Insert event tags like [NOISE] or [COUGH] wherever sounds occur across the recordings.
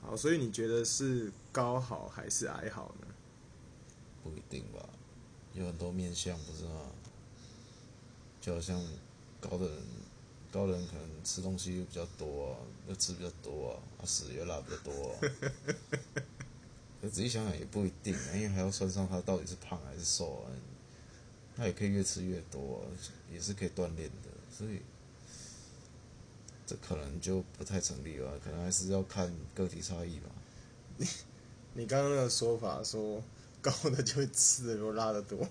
好，所以你觉得是高好还是矮好呢？不一定吧，有很多面相不是吗？就好像高的人，高的人可能吃东西比较多啊，又吃比较多啊，啊屎又拉比较多啊。可仔细想想也不一定啊，因为还要算上他到底是胖还是瘦啊。他也可以越吃越多、啊，也是可以锻炼的，所以这可能就不太成立吧，啊可能还是要看个体差异吧。你刚刚那个说法说高的就会吃的多，拉的多，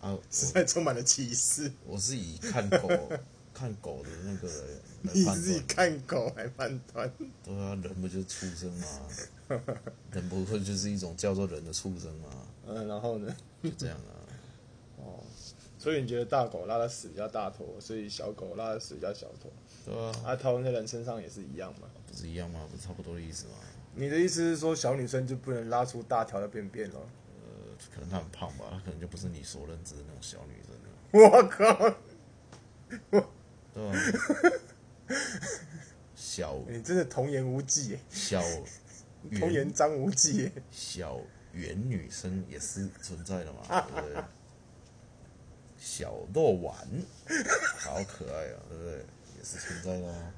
啊，我实在充满了歧视。我是以看 [LAUGHS] 狗看狗的那个来你判自己断的，看狗还判断，对啊，人不就是畜生吗？人不过就是一种叫做人的畜生吗？嗯，然后呢？就 [LAUGHS] 这样啊，哦，所以你觉得大狗拉的屎比较大坨，所以小狗拉的屎比较小坨？对啊，啊，讨论在人身上也是一样嘛。不是一样吗？不是差不多的意思吗？你的意思是说，小女生就不能拉出大条的便便了？呃，可能她很胖吧，她可能就不是你所认知的那种小女生了， [LAUGHS] 我靠！对啊， [LAUGHS] 小你真的童言无忌耶，小童圆言张无忌耶。小圆女生也是存 [LAUGHS] 在的嘛，对不对？小肉丸，好可爱啊，对不对？也是存在的啊，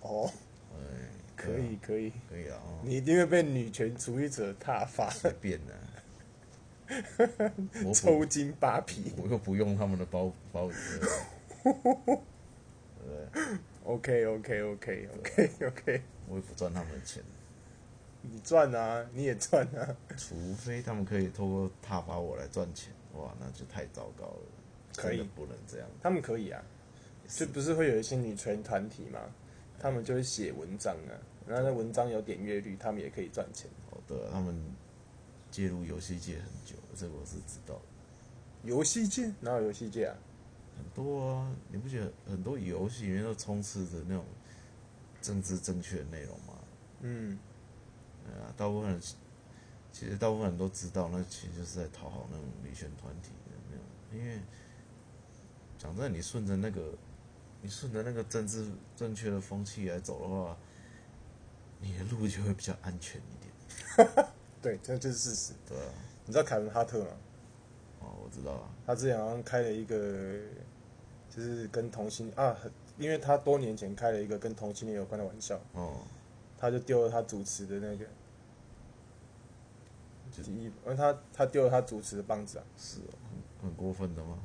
哦，哎，可以可以，可以啊，哦你一定会被女权主义者踏伐，随便的， [LAUGHS] 我抽不筋扒皮。我又不用他们的包包，对不对 OK OK OK OK OK，我也不赚他们的钱，你赚啊，你也赚啊。除非他们可以透过他把我来赚钱，哇，那就太糟糕了，可以真的不能这样，他们可以啊，是就不是会有一些女权团体嘛，他们就会写文章啊，然后那文章有点阅率，他们也可以赚钱。好的，他们介入游戏界很久，这个我是知道的。游戏界哪有游戏界啊？很多啊，你不觉得很多游戏里面都充斥着那种政治正确的内容吗？嗯，对啊，大部分人其实大部分人都知道，那其实就是在讨好那种女权团体的那种，因为讲真的，你顺着那个你顺着那个政治正确的风气来走的话，你的路就会比较安全一点，对，这就是事实。对啊，你知道凯文哈特吗？哦，我知道啊，他之前好像开了一个，就是跟同性啊，因为他多年前开了一个跟同性恋有关的玩笑，哦，他就丢了他主持的那个就第一，呃他他丢了他主持的棒子啊，是哦很很过分的吗？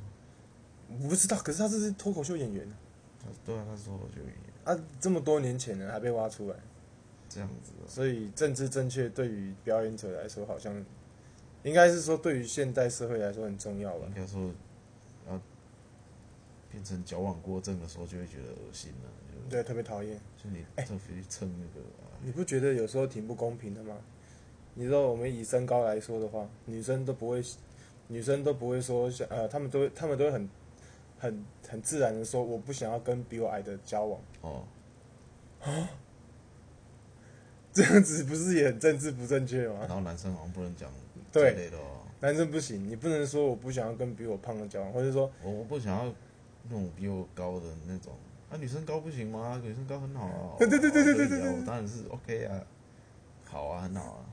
我不知道，可是他这是脱口秀演员啊他对啊，他说我就啊，这么多年前呢还被挖出来，这样子啊，所以政治正确对于表演者来说好像，应该是说对于现代社会来说很重要吧应。该说，然后变成矫枉过正的时候，就会觉得恶心了、就对，哎特别讨厌。就你特别去蹭那个、啊，你不觉得有时候挺不公平的吗？你知道我们以身高来说的话，女生都不会，女生都不会说想，呃，她们都会，她们都会很、很、很自然的说，我不想要跟比我矮的交往。 [LAUGHS] 哦，这样子不是也很政治不正确吗然？后男生好像不能讲这哦对类的哦，男生不行，你不能说我不想要跟比我胖的交往，或者说我我不想要那种比我高的那种，啊，女生高不行吗？女生高很好啊，对对对对对我对对对我当然是 OK 啊，好啊，很好啊，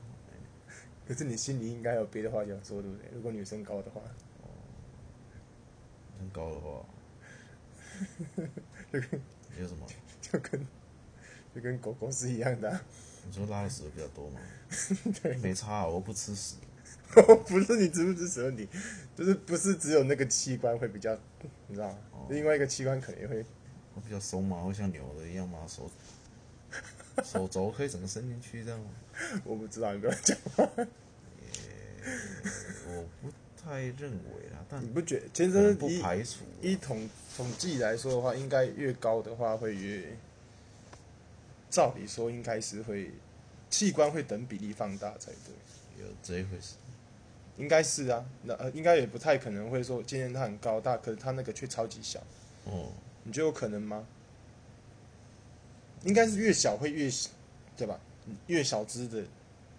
可是你心里应该有别的话想说，对不对？如果女生高的话，很高 [LAUGHS] 的话，有什么？就跟就跟狗狗是一样的啊、 [LAUGHS] 你说拉的屎的比较多吗？没差、啊，我又不吃屎，不是你支不支持的问题，就是不是只有那个器官会比较，你知道吗？另外一个器官可能也会，会比较松嘛，会像牛的一样吗？手手肘可以整个伸进去这样吗？我不知道，你不要讲。我不太认为啦，但你不觉得？其可能实嗯不以排除啊啦以统统计来说的话，应该越高的话会越，照理说应该是会器官会等比例放大才对，有这一回事。应该是啊。那呃，应该也不太可能会说今天它很高大，可是它那个却超级小，哦，你觉得有可能吗？应该是越小会越，小，对吧？越小只的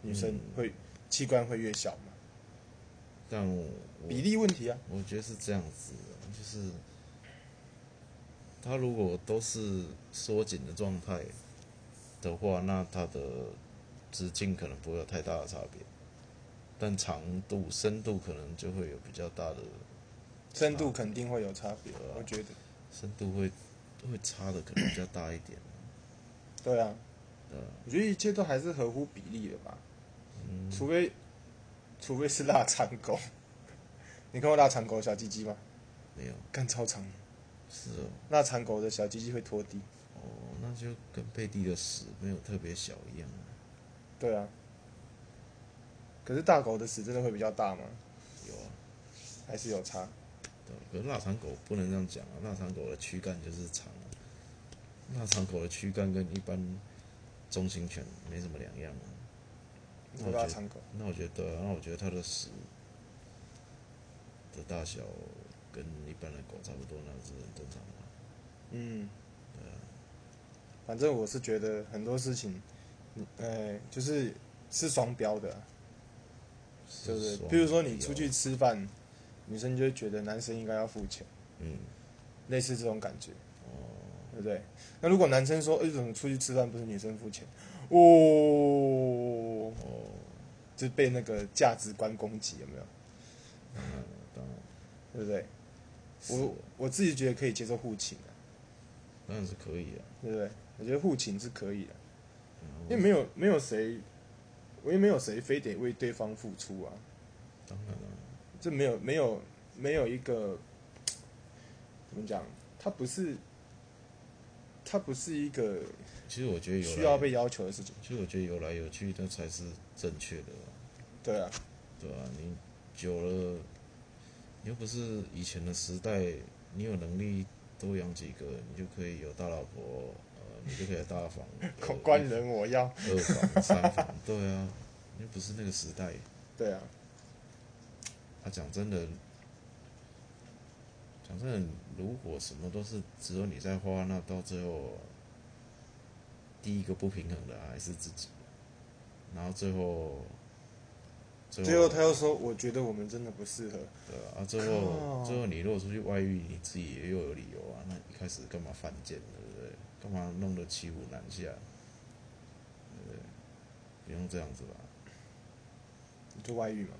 女生会、器官会越小嘛，但我我比例问题啊。我觉得是这样子的，就是他如果都是缩紧的状态的话，那他的直径可能不会有太大的差别，但长度、深度可能就会有比较大的深度肯定会有差别，啊我觉得。深度会会差的可能比较大一点。对啊，对啊我觉得一切都还是合乎比例的吧，除非除非是腊肠狗。你看过腊肠狗小鸡鸡吗？没有，干超长，是哦，腊肠狗的小鸡鸡会拖地。哦，那就跟贝蒂的屎没有特别小一样啊，对啊，可是大狗的屎真的会比较大吗？有啊，还是有差？对啊可是腊肠狗不能这样讲啊，腊肠狗的躯干就是长啊，腊肠狗的躯干跟一般中型犬没什么两样啊。你说腊肠狗，那我觉得，啊那我觉得它的屎的大小跟一般的狗差不多，那是很正常的啊。嗯，反正我是觉得很多事情，嗯呃，就是是双标的啊、对不对？爽譬如说你出去有，吃饭，女生就会觉得男生应该要付钱，嗯，类似这种感觉，哦，对不对？那如果男生说，哎、怎么出去吃饭不是女生付钱？哦，哦，就被那个价值观攻击，有没有？当然了，当然了，对不对？是我我自己觉得可以接受互请的、啊当然是可以啊。对不对？我觉得互请是可以的，嗯因为没有没有谁，我也没有谁非得为对方付出啊，当然了，这没有没有没有一个怎么讲，它不是它不是一个其实我觉得有来需要被要求的事情，其实我觉得有来有去，那才是正确的啊、对啊，，对啊，你久了，你又不是以前的时代，你有能力多养几个，你就可以有大老婆，呃，你就可以有大房官官人我要，二房、三房，对啊，又不是那个时代。对啊，啊，讲真的，讲真的，如果什么都是只有你在花，那到最后，第一个不平衡的还是自己，然后最后，最最后他又说，我觉得我们真的不适合，对啊，啊最靠后最后你如果出去外遇，你自己也又有理由啊。那一开始干嘛犯贱，对不对？干嘛弄得骑虎难下，对不对？不用这样子吧？你就外遇嘛，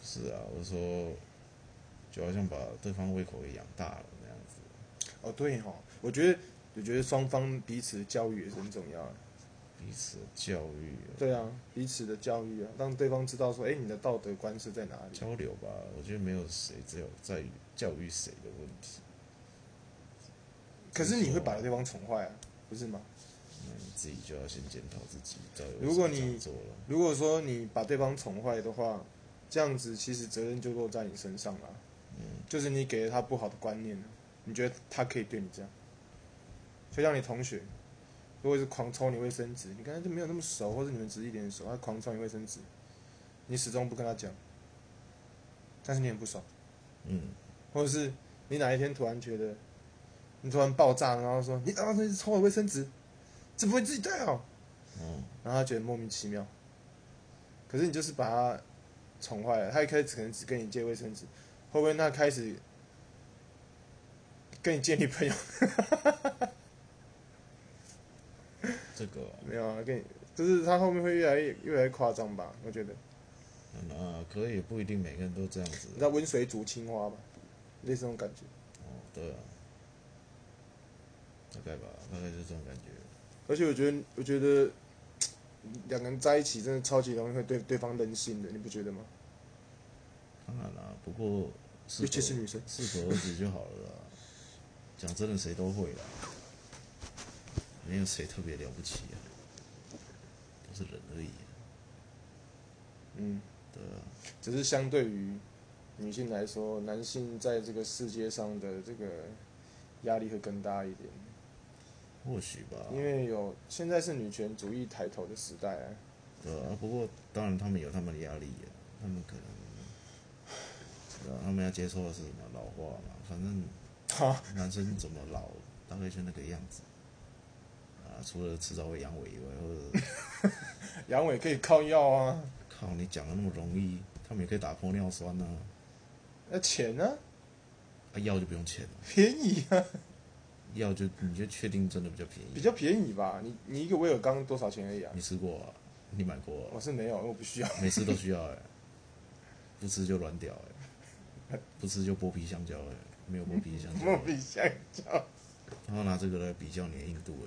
不是啊，我是说，就好像把对方胃口给养大了那样子。哦对哈、我觉得我觉得双方彼此的教育也是很重要的。啊彼此的教育、对啊，彼此的教育啊，让对方知道说，哎、你的道德观是在哪里？交流吧，我觉得没有谁只有在于教育谁的问题，可是你会把对方宠坏啊，不是吗？那你自己就要先检讨自己，到底为如果什么这你样做了，如果说你把对方宠坏的话，这样子其实责任就落在你身上了，啊嗯，就是你给了他不好的观念，啊你觉得他可以对你这样，就像你同学，如果是狂抽你卫生纸，你跟他就没有那么熟，或者你们只是一点熟，他狂抽你卫生纸，你始终不跟他讲，但是你很不爽。嗯，或者是你哪一天突然觉得你突然爆炸，然后说你他妈东西抽我卫生纸，这不会自己带哦，哦，然后他觉得莫名其妙。可是你就是把他宠坏了，他一开始可能只跟你借卫生纸，后面他开始跟你借女朋友这个啊、没有啊？跟你就是他后面会越来越越来越夸张吧？我觉得，嗯啊，可是也不一定每个人都这样子你。知道温水煮青蛙吧？类似这种感觉。哦，对啊，大概吧，大概就是这种感觉。而且我觉得，我觉得两个人在一起真的超级容易会对对方任性的，你不觉得吗？当然啦、不过适尤其是可女生适可而止就好了啦。讲真的，谁都会啦，没有谁特别了不起啊，都是人而已、啊。嗯，对啊，只是相对于女性来说，男性在这个世界上的这个压力会更大一点，或许吧，因为有现在是女权主义抬头的时代啊。对啊，不过当然他们有他们的压力啊，他们可能，对啊，他们要接受的是什么老化嘛，反正 [LAUGHS] 哈，男生怎么老，大概就那个样子。啊，除了迟早会阳痿以外，或者阳痿可以靠药啊，靠你讲的那么容易，他们也可以打玻尿酸呐、啊，那钱呢、啊药就不用钱了，便宜啊， [LAUGHS] 药就你就确定真的比较便宜。比较便宜吧？你你一个威尔刚多少钱而已啊？你吃过啊？你买过我了？是没有，我不需要。 [LAUGHS] 每次都需要哎、不吃就软屌哎、不吃就剥皮香蕉哎、没有剥皮香 [LAUGHS] 蕉、莫欸，比香蕉，然后拿这个来比较你的硬度哎、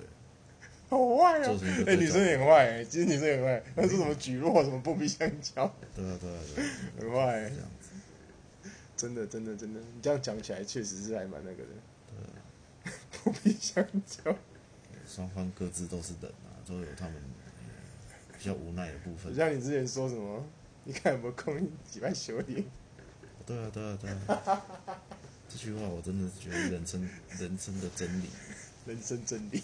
好坏哦做成一个！哎、女生也很坏、哎，其实女生也很坏，那是什么举落，什么莫比香蕉，对啊对啊对啊，很坏、这哎样子，真的，真的，真的，你这样讲起来确实是还蛮那个的。嗯 [LAUGHS] 莫比香蕉，双方各自都是人啊，都有他们、嗯比较无奈的部分。像你之前说什么？你看有没有空几百修理？对啊，对啊，对啊。这句话我真的觉得人生人生的真理，人生真理，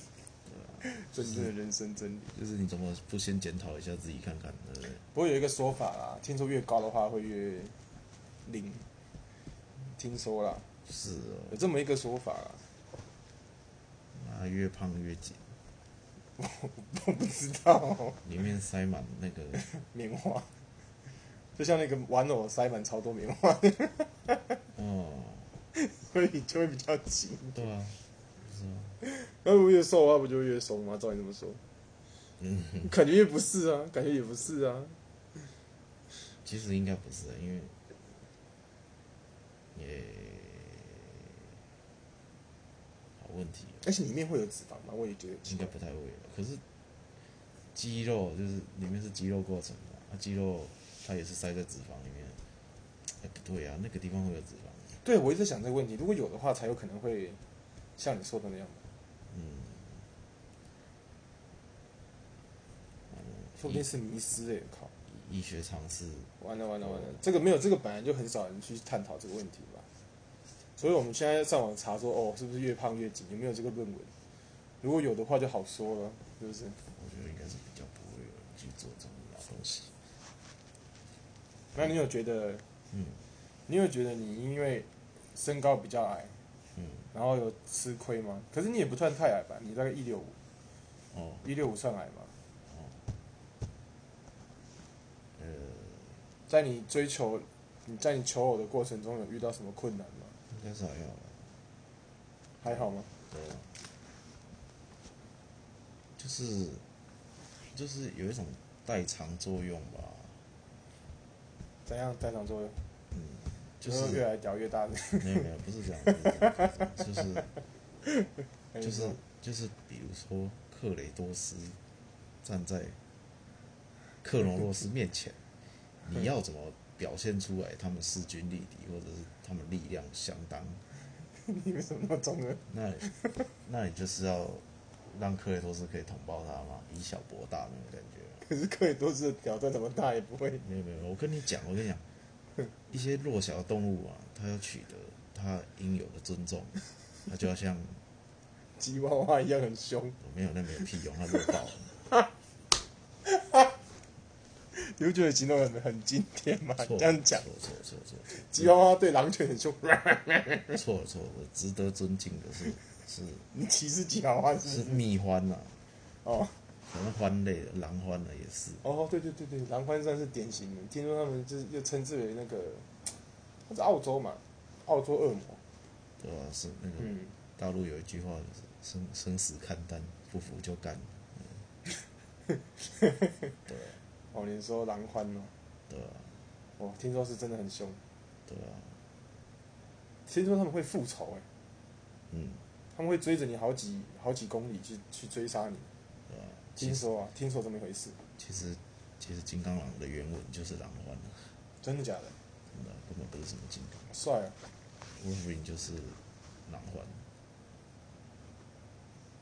嗯真正的人生真理。就是你怎么不先检讨一下自己看呃看，对不对？不过有一个说法啦，听说越高的话会越灵，听说啦，是有哦，这么一个说法啦， [LAUGHS] 啊，越胖越紧，我不知道哦、里面塞满那个，棉花，就像那个玩偶塞满超多棉花， [LAUGHS] 哦，所以就会比较紧。对啊，是啊，那如果越瘦的话，不就越松吗？照你这么说，嗯，感觉也不是啊，感觉也不是啊。 [LAUGHS] 其实应该不是，啊因为，也，好问题哦、而且里面会有脂肪吗？我也觉得奇应该怪。不太会。可是肌肉就是里面是肌肉构成的，啊，肌肉它也是塞在脂肪里面。哎，不对啊，那个地方会有脂肪。对，我一直在想这个问题，如果有的话，才有可能会像你说的那样吧。嗯，说不定是迷失哎、靠！嗯医学常识，完了完了完了，这个没有这个本来就很少人去探讨这个问题吧。所以我们现在上网查说，哦，是不是越胖越紧？有没有这个论文？如果有的话，就好说了，是不是？我觉得应该是比较不会有人去做这种老东西。那你有觉得嗯你有觉得你因为身高比较矮，嗯，然后有吃亏吗？可是你也不算太矮吧？你大概一六五，哦一六五算矮吗？哦，呃，在你追求你在你求偶的过程中有遇到什么困难吗？应该是还好吧。还好吗？对啊，就是就是有一种代偿作用吧。怎样在场作用？嗯，就有没有是越来屌越大，没有没有，不是这样，不是这样不是这样哎你说就是就是就是，比如说克雷多斯站在克隆洛斯面前，你要怎么表现出来他们势均力敌，或者是他们力量相当？哎你为什么那么中二？那那你就是要让克雷多斯可以捅爆他嘛，以小博大那种感觉。可是克里多斯的屌再怎么大也不会。没有没有，我跟你讲，我跟你讲，一些弱小的动物啊，它要取得它应有的尊重，它就要像吉娃娃一样很凶，我没有那没有屁用，他弱爆了。你会觉得吉诺很很经典吗？错这样讲，错错错吉娃娃对狼犬很凶，错错错了，值得尊敬的是是你歧视吉娃娃是是不是？蜜獾呐、哦。反正獾类的狼獾呢也是，哦，对对对对，蓝欢算是典型的，听说他们就是又称之为那个，他是澳洲嘛，澳洲恶魔。对吧、是那个嗯，大陆有一句话就是生生死看淡，不服就干。嗯对啊哦，你说蓝欢哦，对啊哦，听说是真的很凶，对啊，听说他们会复仇哎，嗯他们会追着你好几好几公里去去追杀你。对啊。其听实说啊，听说这么一回事，其实其实金刚狼的原文就是狼獾啊，真的假的？真的根本不是什么金刚好帅啊！ ，Wolverine 就是狼獾。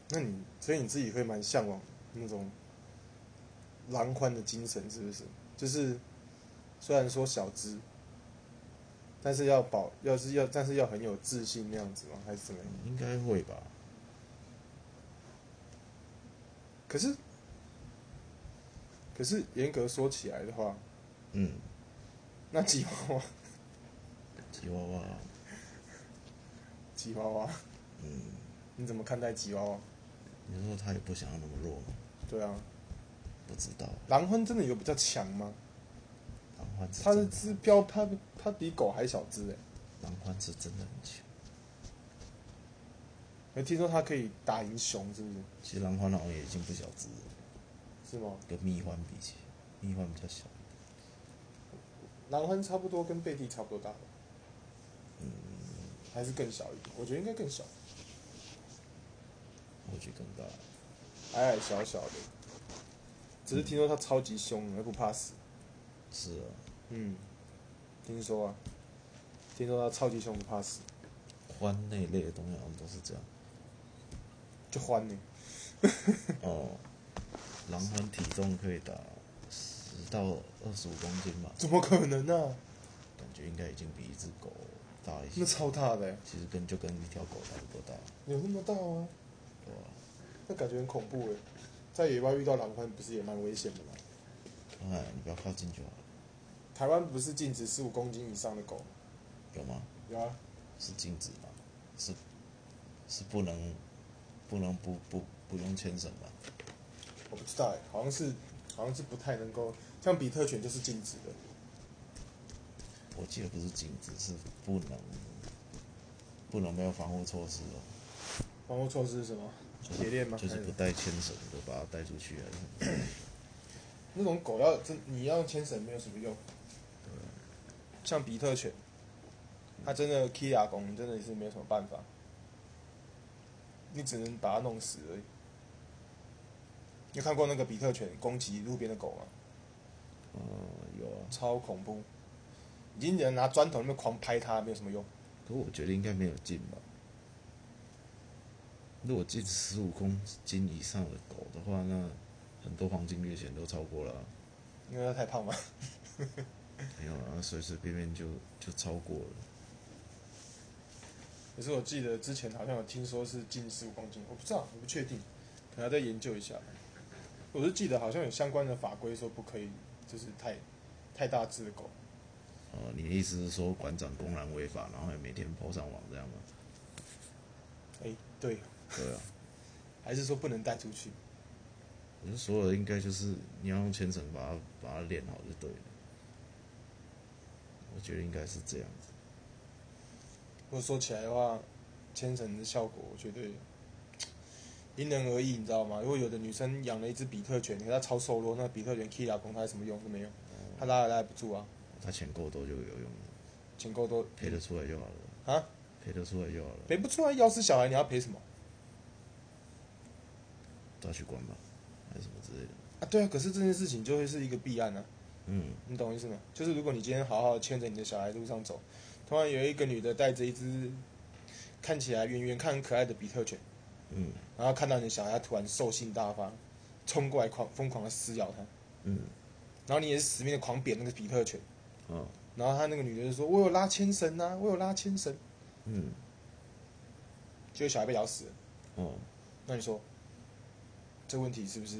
那你所以你自己会蛮向往那种狼欢的精神，是不是？就是虽然说小资，但是要保，要是要，但是要很有自信那样子吗？还是怎么样？应该会吧？可是，可是严格说起来的话，嗯，那吉娃娃， [LAUGHS] 吉娃娃，吉娃娃，嗯，你怎么看待吉娃娃？你说他也不想要那么弱吗？对啊，不知道，狼獾真的有比较强吗？狼獾是它是真的，只标，它它比狗还小只哎、狼獾是真的很强。没听说它可以打赢熊，是不是？其实狼獾好像也已经不小只了，是吗？跟蜜獾比起来，英环比较小，狼亨差不多跟贝蒂差不多大吧，嗯还是更小一点，我觉得应该更小，我觉得更大。矮矮小小的，只是听说他超级凶，还不怕死，是啊，嗯，听说啊，听说他超级凶不怕死，獾那一类的东西好像都是 [LAUGHS] 这样。就欢你，哦，狼獾体重可以达十到二十五公斤吧，怎么可能呢、啊？感觉应该已经比一只狗大一些。那超大的、欸，其实跟就跟一条狗差不多大，有那么大吗？对吧？那感觉很恐怖哎、在野外遇到狼獾不是也蛮危险的吗？哎，你不要靠近就好了，台湾不是禁止十五公斤以上的狗吗？有吗？有啊，是禁止吗？是是不能不能不不不用牵绳吗？我不知道哎、好像是好像是不太能够，像比特犬就是禁止的，我记得不是禁止，是不能不能没有防护措施哦。防护措施是什么？铁链吗？就是还不带牵绳的把它带出去啊。那种狗要真你要用牵绳没有什么用，像比特犬，它真的 k i a 公真的是没有什么办法，你只能把它弄死而已。你有看过那个比特犬攻击路边的狗吗？嗯，有啊，超恐怖，已经有人拿砖头那边狂拍它，没有什么用。可我觉得应该没有进吧。如果进十五公斤以上的狗的话，那很多黄金猎犬都超过了啊、因为它太胖嘛。没有啊，随随便便就就超过了。可是我记得之前好像有听说是近十五公斤，我不知道，我不确定，可能要再研究一下。我是记得好像有相关的法规说不可以，就是太太大只的狗，呃，你的意思是说馆长公然违法，然后还每天抛上网这样吗？哎、对，对啊，还是说不能带出去？我觉得所有的应该就是你要用牵绳把它把它练好就对了。我觉得应该是这样子。如果说起来的话，牵绳的效果我觉得因人而异，你知道吗？如果有的女生养了一只比特犬，可是它超瘦弱，那比特犬 Kira 公它有什么用都没有，它拉也拉不住啊，他钱够多就有用了，钱够多赔得出来就好了，啊，赔得出来就好了，赔不出来，要是小孩你要赔什么抓去关吧，还是什么之类的。啊？对啊，可是这件事情就会是一个弊案啊。嗯，你懂我意思吗？就是如果你今天好好地牵着你的小孩路上走，突然有一个女的带着一只看起来远远看很可爱的比特犬，嗯，然后看到你的小孩，她突然兽性大发，冲过来狂疯狂的撕咬它，嗯，然后你也是死命的狂扁那个比特犬，哦，然后她那个女的就说：“我有拉牵绳啊，我有拉牵绳。嗯，”结果小孩被咬死了。哦，那你说，这问题是不是？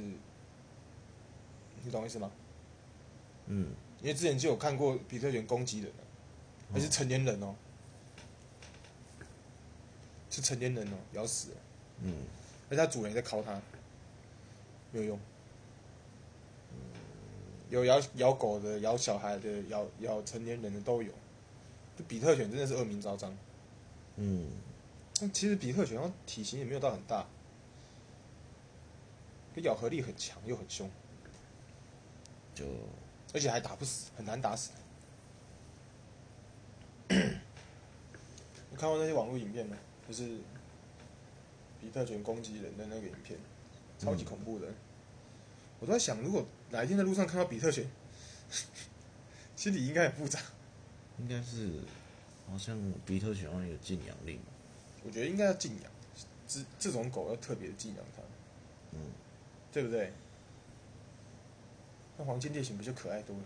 你懂我意思吗？嗯，因为之前就有看过比特犬攻击人啊，而是成年人哦，是成年人哦，咬死了，嗯，而且它主人也在敲它，没有用。嗯有咬咬狗的，咬小孩的，咬咬成年人的都有。就比特犬真的是恶名昭彰。嗯，但其实比特犬它体型也没有到很大，可咬合力很强又很凶，就而且还打不死，很难打死。 [CLEARS THROAT] 你看过那些网络影片吗？就是比特犬攻击人的那个影片，超级恐怖的。我都在想，如果哪一天在路上看到比特犬， [LAUGHS] 心里应该很复杂。应该是好像比特犬好像有禁养令嘛，我觉得应该要禁养，这这种狗要特别禁养它，嗯，对不对？那黄金猎犬不就可爱多了？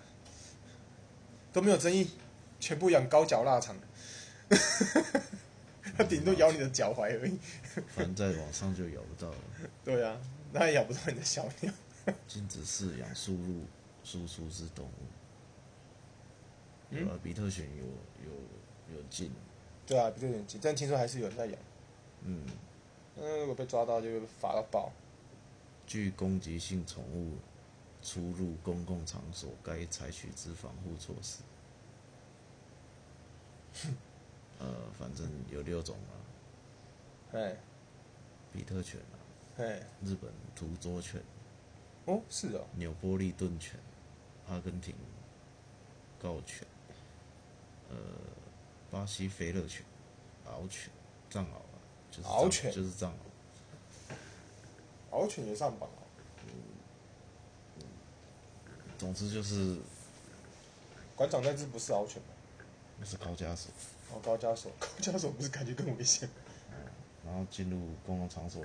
都没有争议，全部养高脚腊肠，它顶多咬你的脚踝而已。反正在网上就咬不到了。对啊，那也咬不到你的小鸟。禁止饲养输入输出之动物。嗯呃，比特犬有有有禁，对啊，比较远近，但听说还是有人在养。嗯，嗯，如果被抓到就会罚到爆。具攻击性宠物出入公共场所该采取之防护措施。呃，反正有六种啊，哎比特犬啊，哎，日本土佐犬、哦，是哦，纽波利顿犬、阿根廷高犬，呃，巴西肥乐犬、獒犬、藏獒啊，就是藏獒犬就是藏獒，獒犬也上榜哦了，总之就是馆长那只不是獒犬吗？那是高加索。哦，高加索，高 [LAUGHS] 加索不是感觉更危 [LAUGHS] 险？然后进入公共场所，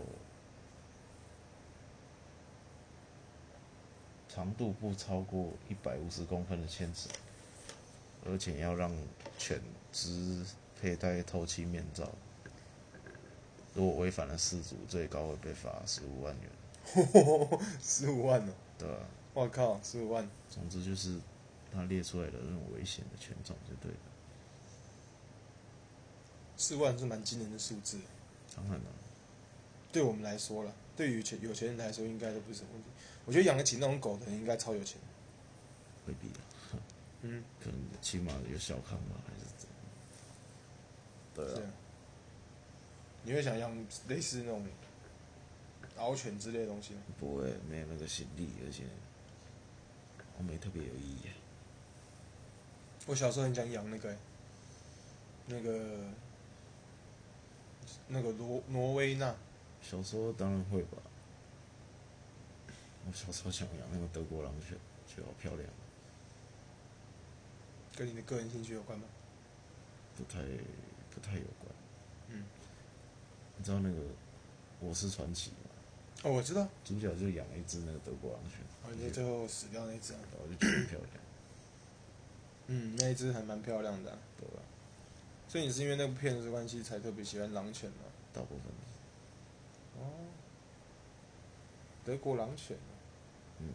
长度不超过一百五十公分的牵绳，而且要让犬只佩戴透气面罩。如果违反了四组，最高会被罚十五万元，十五万呢、对吧、我靠，十五万！总之就是他列出来的那种危险的犬种就对了。四万是蛮惊人的数字，当然了，对我们来说了，对于钱有钱人来说，应该都不是什么问题。我觉得养得起那种狗的人应该超有钱。未必啊，嗯，可能起码有小康吧，还是怎样？对是啊啊。。你会想养类似那种獒犬之类的东西吗？不会，没有那个心力，而且我没特别有意义。我小时候很想养那个欸、那个那个挪挪威那，小时候当然会吧，我小时候想养那个德国狼犬，觉得好漂亮，跟你的个人兴趣有关吗？不太不太有关。嗯，你知道那个《我是传奇》吗？哦，我知道，主角就养了一只那个德国狼犬，哦，你说最后死掉那只、啊，然后就觉得很漂亮，嗯，那一只还蛮漂亮的啊、对吧？所以你是因为那部片子的关系才特别喜欢狼犬吗？大部分，哦，德国狼犬啊，嗯，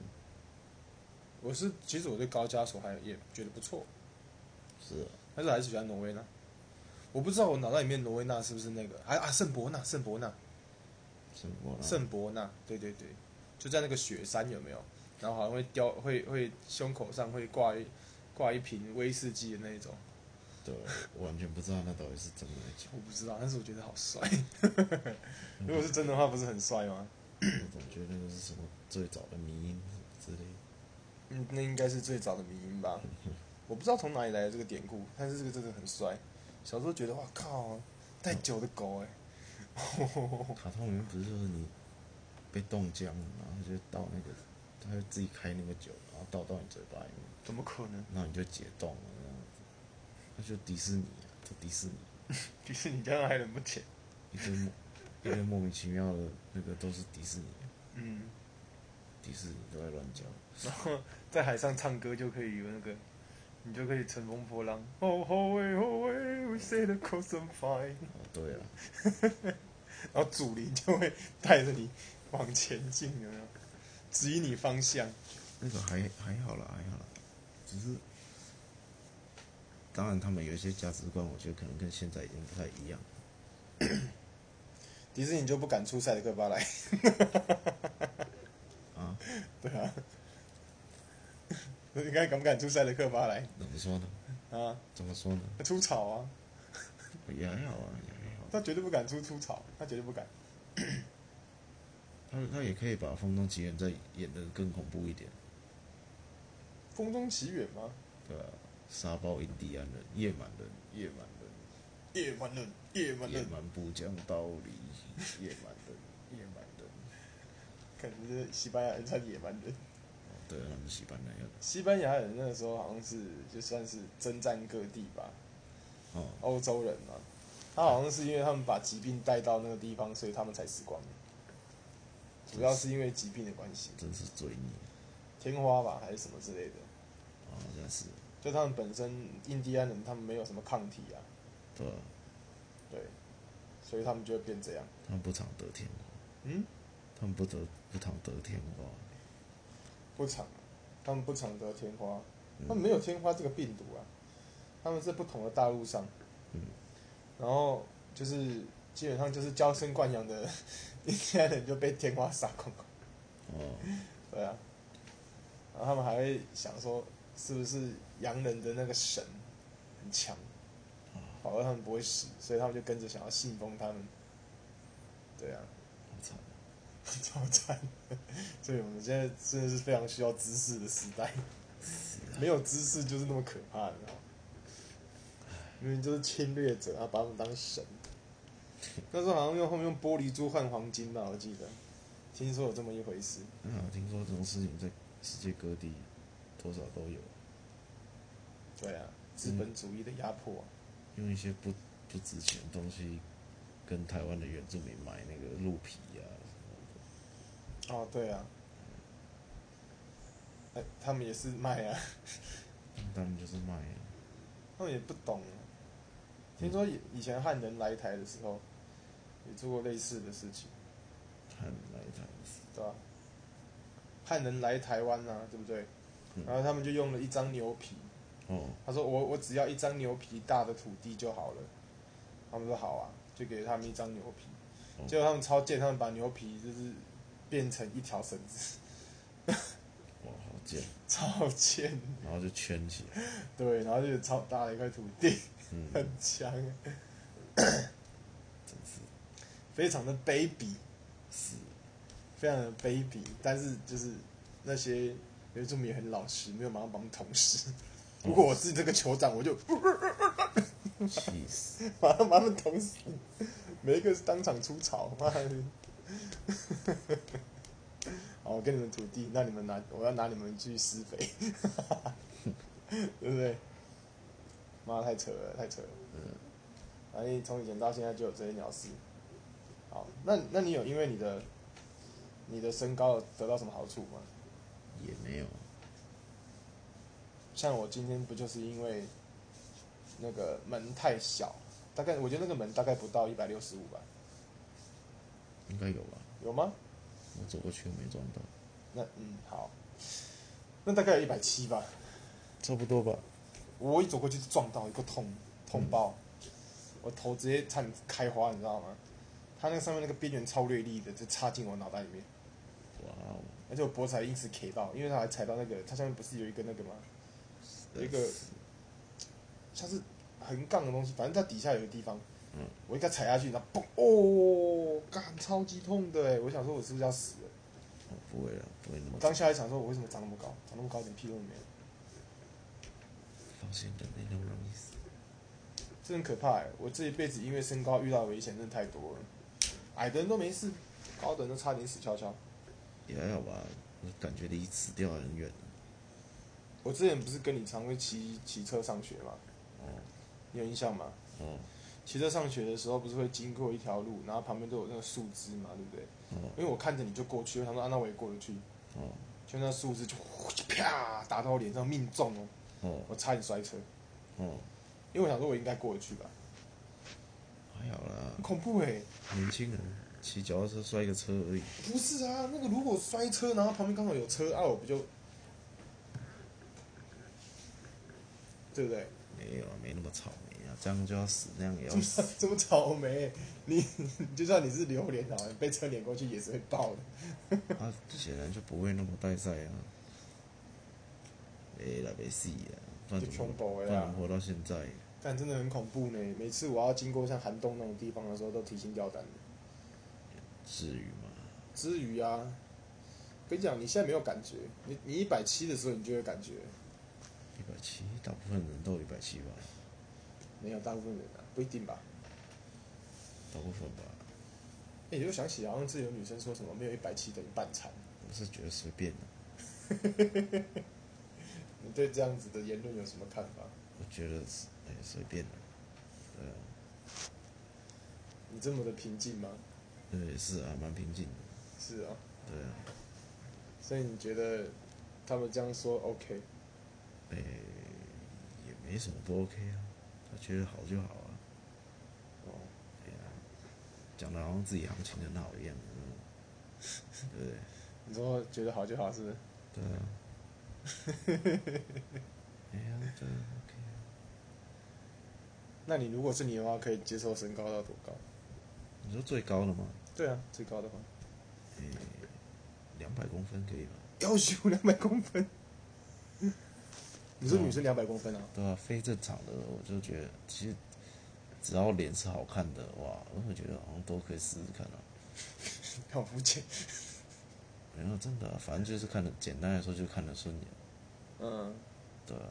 我是其实我对高加索还也觉得不错，是啊，但是还是喜欢挪威纳。我不知道我脑袋里面挪威纳是不是那个，还啊圣伯纳，圣伯纳，什么狼？圣伯纳，对对对，就在那个雪山有没有？然后好像会雕，会会胸口上会挂一挂一瓶威士忌的那一种，对，我完全不知道那到底是真的还是假我不知道，但是我觉得好帅。 [LAUGHS] 如果是真的话，不是很帅吗？的。我总觉得那个是什么最早的迷因之类的。嗯，那应该是最早的迷因吧。我不知道从哪里来的这个典故，但是这个真的很帅。小时候觉得哇靠，带酒的狗哎、卡通里面不是说你被冻僵了，然后就倒那个，它会自己开那个酒，然后倒到你嘴巴里面，怎么可能？然后你就解冻了那样子。那就迪士尼啊，这迪士尼迪士尼当然还能不钱。一堆莫一堆莫名其妙的那个都是迪士尼，嗯，迪士尼都在乱叫。然后在海上唱歌就可以有那个，你就可以乘风破浪。哦吼喂吼喂，We say the coast and fine。哦，对啊， [LAUGHS] 然后主灵就会带着你往前进，有没有？指引你方向。那个还还好啦，还好啦，只是。当然，他们有一些价值观，我觉得可能跟现在已经不太一样。迪士尼就不敢出塞德克巴莱。 [LAUGHS] 啊？对啊。 [LAUGHS] 你看敢不敢出塞德克巴莱怎么说呢？啊？怎么说呢？出草啊，也还好啊，也还好。他绝对不敢出出草，他绝对不敢。他他也可以把《风中奇缘》再演得更恐怖一点，风中奇缘吗？对吧、杀爆印第安人、野蛮人、野蛮野蛮人，野蛮人、野人，蛮不讲道理、野蛮人、野蛮人。感觉是西班牙人才野蛮人。哦对，他们西班牙人。西班牙人那个时候好像是就算是征战各地吧，哦，欧洲人嘛，他好像是因为他们把疾病带到那个地方，所以他们才死光的。主要是因为疾病的关系，真是罪孽天花吧还是什么之类的，啊！好像是，就他们本身印第安人他们没有什么抗体啊，对吧、对，所以他们就会变这样。他们不常得天花，嗯，他们不得不常得天花，不常，他们不常得天花，嗯他们没有天花这个病毒啊，他们是不同的大陆上，嗯，然后就是基本上就是娇生惯养的 [LAUGHS] 印第安人就被天花杀光光，哦，对啊，然后他们还会想说是不是洋人的那个神很强，保佑他们不会死，所以他们就跟着想要信奉他们，对啊， [LAUGHS] 好惨啊！超惨的，所以我们现在真的是非常需要知识的时代。啊没有知识就是那么可怕，你知道吗？明明就是侵略者，啊，把他们当神。那时候好像用后面用玻璃珠换黄金吧，我记得，听说有这么一回事。嗯，听说这种事情在世界各地多少都有，对啊，资本主义的压迫、啊。用一些不不值钱的东西跟台湾的原住民买那个鹿皮啊什么的，哦，对啊，哎、他们也是卖啊，他们就是卖啊。他们也不懂啊。听说以以前汉人来台的时候，也做过类似的事情，看来台是对吧、汉人来台湾啊，对不对？嗯然后他们就用了一张牛皮，哦，他说我我只要一张牛皮大的土地就好了。他们说好啊，就给他们一张牛皮。哦结果他们超贱，他们把牛皮就是变成一条绳子， [LAUGHS] 哇，好贱，超贱。然后就圈起来，对，然后就有超大的一块土地， [LAUGHS] 嗯，很强，真是非常的卑鄙，是，非常的卑鄙。但是就是那些原住民也很老实，没有马上帮同事。 [LAUGHS] 哦 [LAUGHS] 如果我是这个酋长，我就气死，把他们捅死，每一个是当场出草，妈的！好，我给你们土地，那你们拿，我要拿你们去施肥，对不对？妈，太扯了，太扯了。嗯，反正哎从以前到现在就有这些鸟事。好，那那你有因为你的你的身高得到什么好处吗？也没有，像我今天不就是因为那个门太小，大概我觉得那个门大概不到一百六十五吧，应该有吧？有吗？我走过去又没撞到，那嗯好，那大概有一百七吧。差不多吧，我一走过去就撞到一个痛痛爆，我头直接差点开花，你知道吗？它那个上面那个边缘超锐利的，就插进我脑袋里面，哇哦，而且我脖子还因此 K 到，因为它还踩到那个，它下面不是有一个那个吗？有一个像是横杠的东西，反正它底下有个地方，嗯我一该踩下去，然后嘣，哦，干，超级痛的哎！我想说我是不是要死了？哦不会了，不会那么我当下还想说，我为什么长那么高？长那么高，一点屁用都没有。发现人类那么容易死，这很可怕哎！我这一辈子因为身高遇到的危险真的太多了，矮的人都没事，高的人都差点死翘翘。也还好吧，我感觉离死掉很远，我之前不是跟你常会骑骑车上学吗？哦你有印象吗？哦骑车上学的时候不是会经过一条路，然后旁边都有那个树枝嘛，对不对？哦因为我看着你就过去，我想说啊，那我也过得去，哦就那树枝就呼就啪打到我脸上，命中哦，哦我差点摔车，哦，因为我想说我应该过得去吧，还好啦很。恐怖哎！年轻人骑脚踏车摔个车而已，不是啊，那个如果摔车，然后旁边刚好有车，啊，我不就，对不对？ [LAUGHS] 没有啊，没那么草莓啊，这样就要死，那样也要这么 [LAUGHS] 死，这么草莓，你 [LAUGHS] 你就算你是榴莲好了，你被车碾过去也是会爆的。他啊显然就不会那么带赛啊。没啦，没死啊，不然就怎全么部不的啦然能活到现在？但真的很恐怖呢，每次我要经过像寒洞那种地方的时候，都提心吊胆的。至于吗？之余啊，跟你讲，你现在没有感觉，你你一百七的时候，你就有感觉。一百七，大部分人都一百七吧，没有，大部分人啊，不一定吧？大部分吧。哎、你就想起好像是有女生说什么没有一百七等于半残，我是觉得随便的、你对这样子的言论有什么看法？我觉得是哎随便的、对啊，你这么的平静吗？对是啊，蛮平静的，是啊，对啊，所以你觉得他们这样说 OK？哎也没什么不 OK 啊，他觉得好就好啊。哦，对啊，讲的好像自己行情很好一样，嗯，对不对？你说觉得好就好，是不是？对啊，哎呀，对啊，OK 啊，那你如果是你的话，可以接受身高到多高？你说最高的吗？对啊，最高的话，诶、两百公分可以吗？要求两百公分。你说女生两百公分啊？对啊，非正常的我就觉得，其实只要脸是好看的，哇，我会觉得好像都可以试试看啊。好肤浅。没有，真的啊、反正就是看的，简单来说就是看的顺眼，嗯，对啊，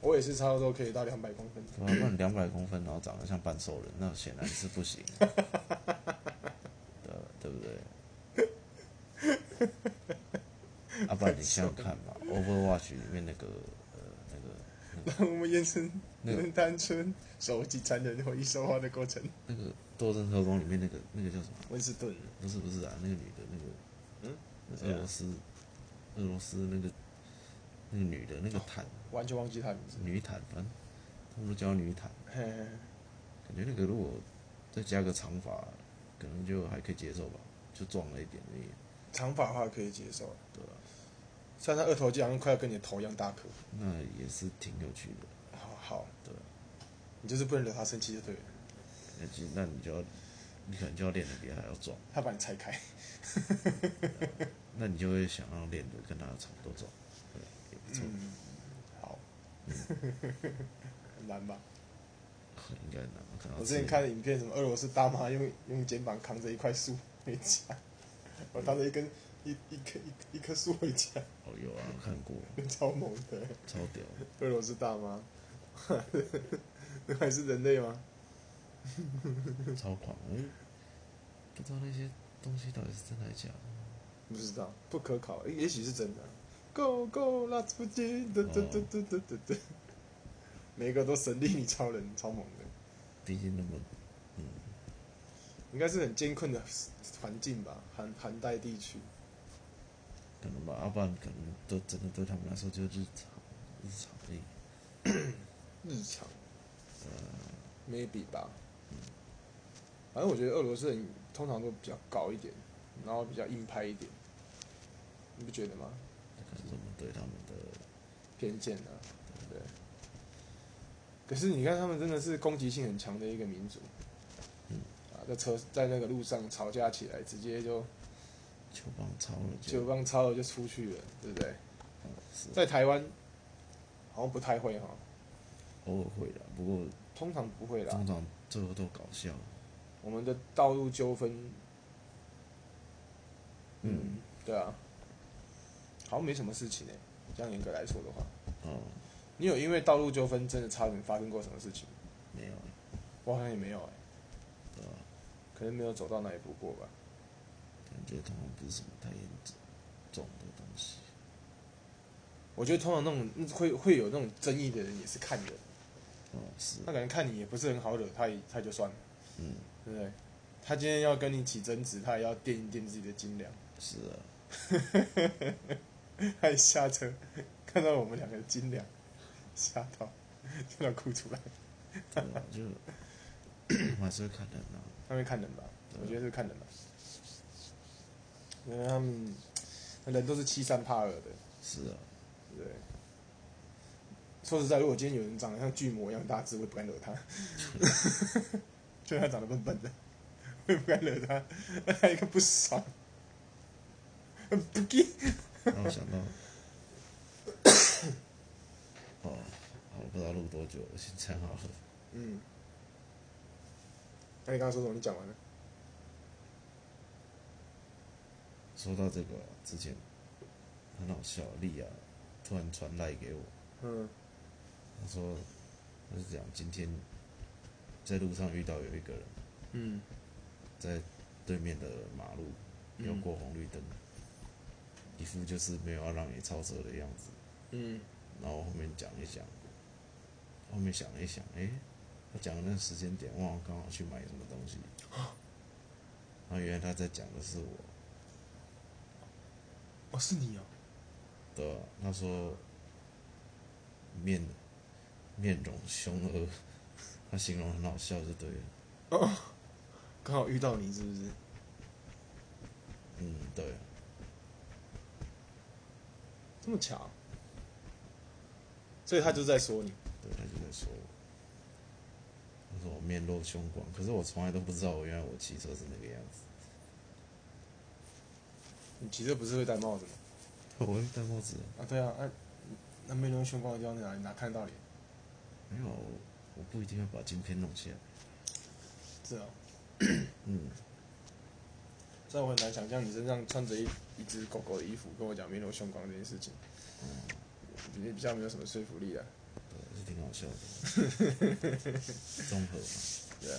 我也是差不多可以到两百公分。 [LAUGHS] [CLEARS THROAT] 对啊，不然两百公分，然后长得像半兽人，那显然是 [LAUGHS] 不行的，对啊对不对？啊，不然你想想看 [LAUGHS] 嘛，Overwatch 里面那个呃那个让我们延伸那个能单纯手机残忍回忆说话的过程。那个《斗争特工》里面那个那个叫什么？温斯顿，不是不是啊，那个女的，那个嗯，那谁俄啊罗斯，俄罗斯那个那个女的，那个坦完全忘记他名字。女坦，反正他们都叫女坦。嘿嘿嘿感觉那个如果再加个长发，可能就还可以接受吧，就壮了一点而已。长发的话可以接受，对啊，虽然他二头肌好像快要跟你的头一样大颗。那也是挺有趣的。好，好，对啊，你就是不能惹他生气就对了，那就那你就要，你可能就要练得比他还要壮， [LAUGHS] 他把你拆开。那你就会想要练得跟他差不多壮。对，也不错，嗯，好，很 [LAUGHS] 难吧？应该难。可能要我之前吃看的影片，什么俄罗斯大妈用用肩膀扛着一块树回家，我扛着一根一一棵一一棵树回家， [LAUGHS] 哦，有啊，看过，超猛的。超屌。俄罗斯大妈， [LAUGHS] 那还是人类吗？超狂！我不知道那些东西到底是真的还是假的。不知道，不可考，也也许是真的。Go go，拉斯普京，得得得得得得得，每个都神力女超人，超猛的，毕竟那么，嗯，应该是很艰困的环境吧，寒寒带地区。可能吧，要啊不然可能都真的对他们来说就是日常，日常而已。日常，呃，maybe 吧。反正我觉得俄罗斯人通常都比较高一点，然后比较硬派一点，你不觉得吗？可是我们对他们的，偏见啊，对不对？可是你看，他们真的是攻击性很强的一个民族。嗯啊，在车在那个路上吵架起来，直接就球棒超了就就，让超了就出去了，对不对？嗯是在台湾好像不太会哈，偶尔会的，不过通常不会啦。通常最后都搞笑。我们的道路纠纷，嗯，对啊，好像没什么事情哎、这样严格来说的话，哦，你有因为道路纠纷真的差点发生过什么事情？没有，啊我好像也没有哎、对吧？可能没有走到那一步过吧。感觉通常不是什么太严重的东西。我觉得通常那种嗯会会有那种争议的人也是看人，哦，是，那可能看你也不是很好惹，他也他就算了，嗯，对不对？他今天要跟你起争执，他也要掂一掂自己的斤两。 [LAUGHS] 是啊，他一下车看到我们两个的斤两，吓到，就要哭出来。对吧？就 [COUGHS] 我还是会看人啊。他们看人吧，我觉得是看人吧，因为他们人都是欺善怕恶的，是啊，对不对？说实在，如果今天有人长得像巨魔一样大只，我也不敢惹他， [LAUGHS] 就他长得笨笨的，我也不敢惹他， [LAUGHS] 那他一个不爽，不给。让我想到， [COUGHS] 哦，好我不知道录多久了，现在好了。嗯，那你刚刚说什么？你讲完了？说到这个啊之前，很好笑，丽亚突然传来给我，嗯她说，她是讲今天在路上遇到有一个人嗯在对面的马路嗯要过红绿灯，一副就是没有要让你超车的样子，嗯然后后面讲一讲，后面想一想，诶，他讲的那个时间点，忘了刚好去买什么东西，然后原来他在讲的是我，哦，是你哦，对吧、他说面面容凶恶，他形容很好笑就对了，哦刚好遇到你是不是？嗯，对、啊，这么巧，所以他就在说你。对，他就在说我，他说我面露凶光，可是我从来都不知道我原来我骑车是那个样子，你骑车不是会戴帽子吗？ [LAUGHS] 我会戴帽子啊，啊，对啊，那、那没人凶光的地方在哪里？哪看得到你？没有啊，我我不一定会把镜片弄起来，是哦，嗯。这我很难想象你身上穿着一一只狗狗的衣服，跟我讲没有凶光这件事情。也比较没有什么说服力啊。哦对，是挺好笑的。 [LAUGHS] 综合嘛，对啊，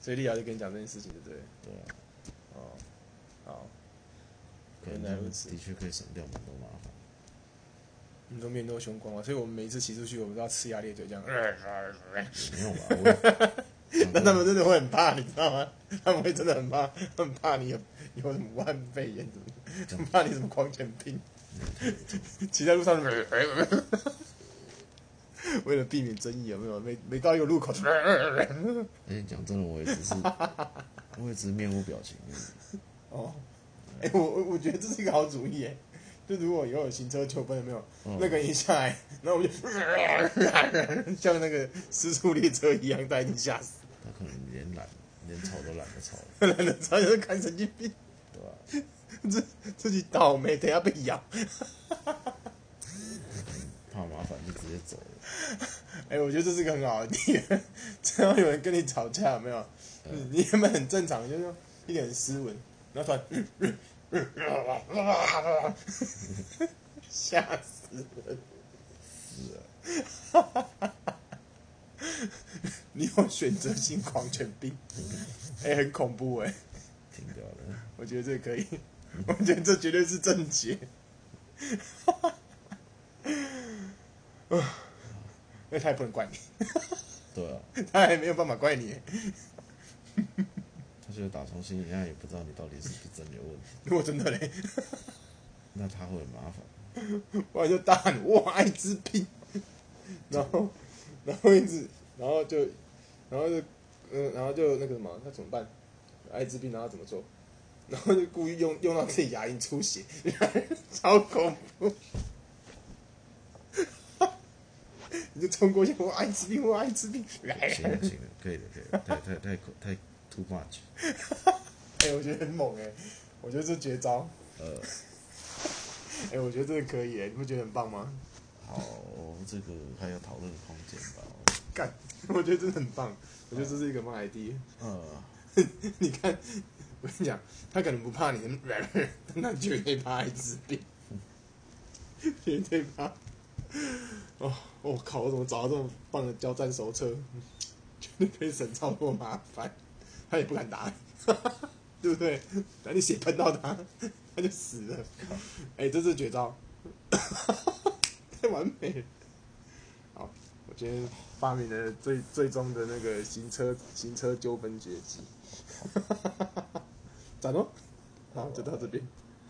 所以丽瑶就跟你讲这件事情，对不对了？对啊，哦，好，可能原来如此的确可以省掉蛮多麻烦。你都面露凶光啊，所以我们每一次骑出去，我们都要呲牙咧嘴这样。呃也没有吧？我 [LAUGHS] 也那他们真的会很怕，你知道吗？他们会真的很怕，他们怕你有有什么武汉肺炎，什么很这样怕你什么狂犬病，骑在路上，哎 [LAUGHS] 为了避免争议，有没有？每每到一个路口，哎、讲真的，我也只是，我也只是面无表情而 [LAUGHS] 已。哦，哎、我我我觉得这是一个好主意哎。就如果以后有行车纠纷，有没有？嗯那个一下来，然后我们就 [LAUGHS] 像那个失速列车一样，带你吓死。 [LAUGHS] 哦他可能连懒，连吵都懒得吵了，懒得吵，就是看神经病，对吧、自自己倒霉，等下被咬。怕麻烦就直接走了。哎、我觉得这是个很好的 [LAUGHS] 点。只要有人跟你吵架，有没有？嗯你原本很正常，就是说一脸斯文，然后突然， [LAUGHS] 嗯嗯嗯嗯嗯嗯吓死人！是啊， [LAUGHS] 你有选择性狂犬病，哎、很恐怖哎、停掉了。我觉得这可以，我觉得这绝对是正 [LAUGHS] 解。啊，那他也不能怪你，对啊，他还没有办法怪你。他就是打从心里，他也不知道你到底是不是真的有问 [LAUGHS] 题，如果真的嘞，那他会很麻烦。我就大喊我艾滋病，然后，然后一直，然后就，然后就，嗯，然后就那个什么，那怎么办？艾滋病，然后怎么做？然后就故意用用到自己牙龈出血， [LAUGHS] 超恐怖！ [LAUGHS] 你就冲过去，我艾滋病，我艾滋病！ [LAUGHS] 哎、行了行了，可以的可以的，太太太太 too much。我觉得很猛哎、我觉得这绝招，呃，哎、我觉得这个可以哎、你不觉得很棒吗？好，这个还有讨论的空间吧。干， [LAUGHS] 我觉得真的很棒，我觉得这是一个蛮 idea。呃， [LAUGHS] 你看，我跟你讲，他可能不怕你，但他绝对怕艾滋病， [LAUGHS] 绝对怕。哦，我靠！我怎么找到这么棒的交战手册？ [LAUGHS] 绝对可以省超多麻烦。他也不敢打 [LAUGHS] 你，对不对？等你血喷到他，他就死了。哎、这是绝招， [LAUGHS] 太完美了。好，我今天发明了最最终的那个行车啊行车纠纷绝技。咋了？好，就到这边。